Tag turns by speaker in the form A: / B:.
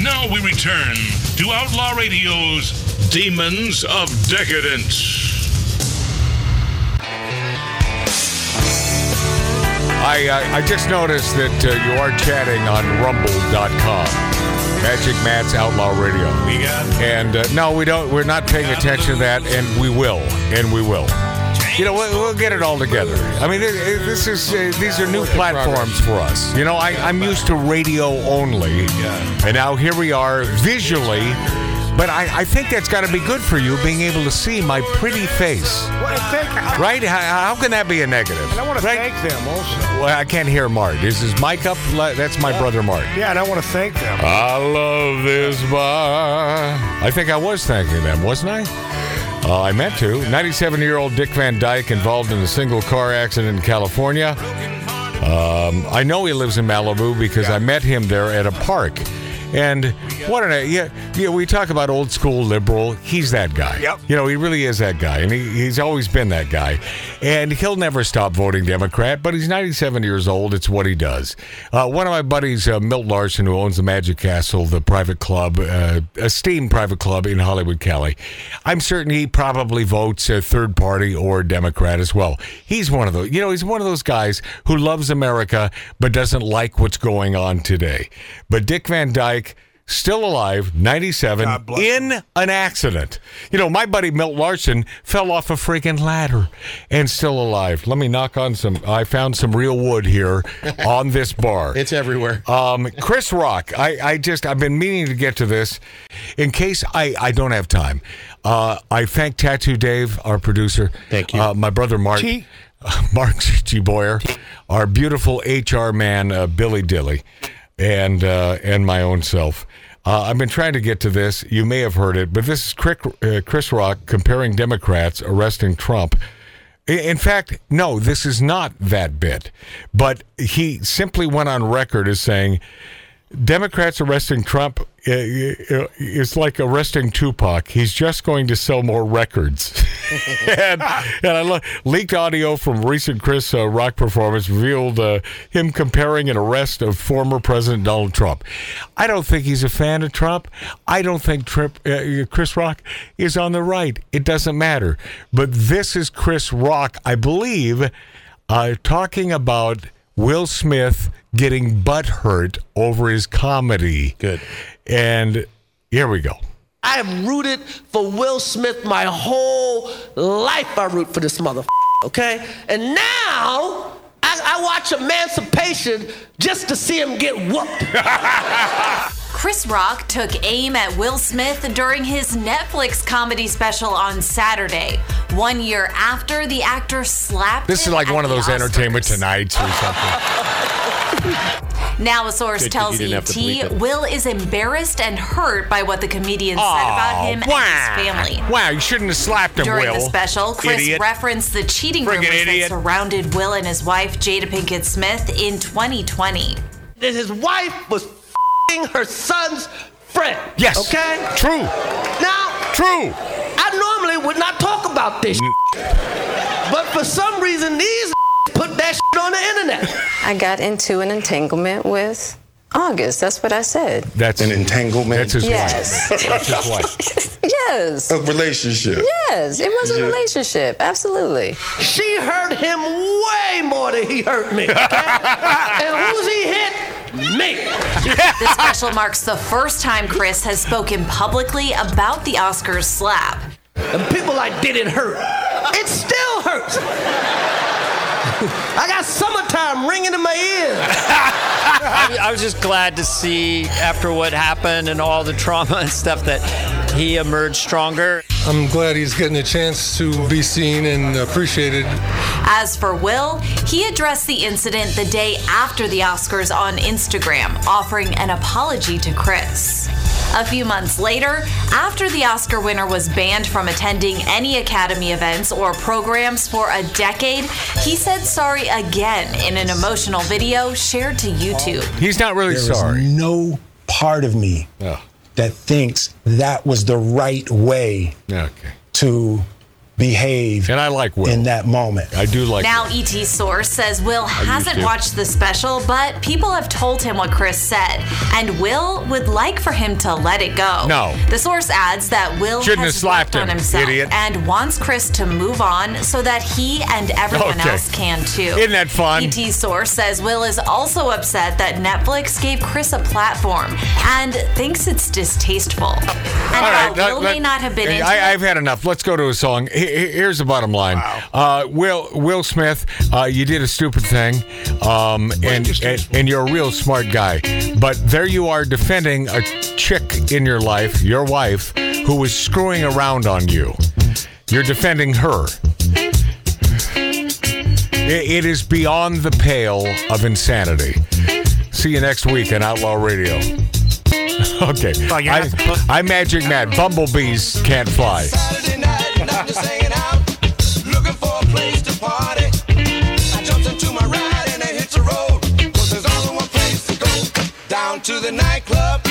A: Now we return to Outlaw Radio's Demons of Decadence.
B: I, uh, I just noticed that uh, you are chatting on rumble.com. Magic Matt's Outlaw Radio.
A: We got
B: And uh, no, we don't. We're not paying attention to that, and we will, and we will. You know, we'll, we'll get it all together. I mean, it, it, this is uh, these are new platforms for us. You know, I, I'm used to radio only, and now here we are visually. But I, I think that's got to be good for you, being able to see my pretty face,
C: Well, I think I,
B: right? How, how can that be a negative?
C: and I want to
B: Right?
C: thank them also.
B: Well, I can't hear Mark. This is Mike up. le- That's my brother Mark.
C: Yeah, and I want to thank them.
B: I love this bar. I think I was thanking them, wasn't I? Uh, I meant to. 97 year old Dick Van Dyke involved in a single car accident in California. Um, I know he lives in Malibu because I met him there at a park. And what an yeah, yeah, we talk about old school liberal. He's that guy.
C: Yep.
B: You know, he really is that guy, and he, he's always been that guy. And he'll never stop voting Democrat, but he's 97 years old. It's what he does. Uh, one of my buddies, uh, Milt Larson, who owns the Magic Castle, the private club, uh, esteemed private club in Hollywood, Cali, I'm certain he probably votes uh, third party or Democrat as well. He's one of those, you know, he's one of those guys who loves America but doesn't like what's going on today. But Dick Van Dyke, still alive, 97,
C: God bless him.
B: in an accident. You know, my buddy Milt Larson fell off a freaking ladder and still alive. Let me knock on some. I found some real wood here on this bar.
D: It's everywhere.
B: Um, Chris Rock, I, I just, I've been meaning to get to this. In case I, I don't have time, uh, I thank Tattoo Dave, our producer.
D: Thank you.
B: Uh, my brother Mark.
C: T.
B: Mark G. Boyer, our beautiful HR man, uh, Billy Dilly, and, uh, and my own self. Uh, I've been trying to get to this. You may have heard it, but this is Crick, uh, Chris Rock comparing Democrats arresting Trump. I- In fact, no, this is not that bit. But he simply went on record as saying Democrats arresting Trump uh, uh, is like arresting Tupac. He's just going to sell more records. and, and I lo- leaked audio from recent Chris uh, Rock performance revealed uh, him comparing an arrest of former President Donald Trump. I don't think he's a fan of Trump. I don't think Trip, uh, Chris Rock is on the right. It doesn't matter. But this is Chris Rock, I believe, uh, talking about Will Smith getting butt hurt over his comedy.
D: Good.
B: And here we go.
E: I have rooted for Will Smith my whole life. I root for this motherfucker, okay? And now I, I watch Emancipation just to see him get whooped.
F: Chris Rock took aim at Will Smith during his Netflix comedy special on Saturday, one year after the actor slapped.
B: This is
F: him
B: like
F: at
B: one of
F: the
B: those
F: Oscars.
B: Entertainment Tonights or something.
F: Now a source
D: Good, 'cause you
F: tells
D: didn't have to bleep
F: ET
D: it.
F: Will is embarrassed and hurt by what the comedian said about him and his family.
B: Wow, you shouldn't have slapped him,
F: During
B: Will.
F: the special, Chris
B: Idiot.
F: referenced the cheating
B: Friggin'
F: rumors
B: idiot.
F: that surrounded Will and his wife Jada Pinkett Smith in 2020.
E: That his wife was fing her son's friend.
B: Yes.
E: Okay?
B: True.
E: Now,
B: True.
E: I normally would not talk about this, but for some reason, these put that on the internet.
G: I got into an entanglement with August. That's what I said.
B: That's
H: An entanglement.
B: That's his
G: Yes.
B: wife. That's his wife.
G: Yes.
H: a relationship.
G: Yes. It was a
H: Yeah.
G: relationship. Absolutely.
E: She hurt him way more than he hurt me. okay? and who's he hit? Me.
F: This special marks the first time Chris has spoken publicly about the Oscars slap.
E: And people like, did it hurt? It still hurts. I got summertime ringing in my ears.
I: I, I was just glad to see after what happened and all the trauma and stuff that he emerged stronger.
J: I'm glad he's getting a chance to be seen and appreciated.
F: As for Will, he addressed the incident the day after the Oscars on Instagram, offering an apology to Chris. A few months later, after the Oscar winner was banned from attending any Academy events or programs for a decade, he said sorry again in an emotional video shared to YouTube.
B: He's not really
K: There is
B: sorry. Oh,
K: no part of me that thinks that was the right way
B: Okay.
K: to behave
B: And I like Will.
K: in that moment.
B: I do like
F: Now, ET source says Will hasn't
B: to.
F: watched the special, but people have told him what Chris said, and Will would like for him to let it go.
B: No.
F: The source adds that Will
B: Shouldn't
F: has
B: have slapped
F: worked on
B: him,
F: himself
B: idiot.
F: and wants Chris to move on so that he and everyone
B: Okay.
F: else can too.
B: Isn't that fun?
F: ET source says Will is also upset that Netflix gave Chris a platform and thinks it's distasteful. And while
B: let-
F: Will
B: let-
F: may not have been into
B: I,
F: it,
B: I've had enough. Let's go to a song. He- he- Here's the bottom line. Uh, Will Will Smith, uh, you did a stupid thing, um, and, and and you're a real smart guy. But there you are defending a chick in your life, your wife, who was screwing around on you. You're defending her. It- it is beyond the pale of insanity. See you next week on Outlaw Radio. Okay.
C: you're
B: I, I Magic Matt. Bumblebees can't fly.
D: Saturday night and I'm just hanging out, looking for a place to party. I jumped into my ride and I hit the road, 'cause there's only one place to go, down to the nightclub.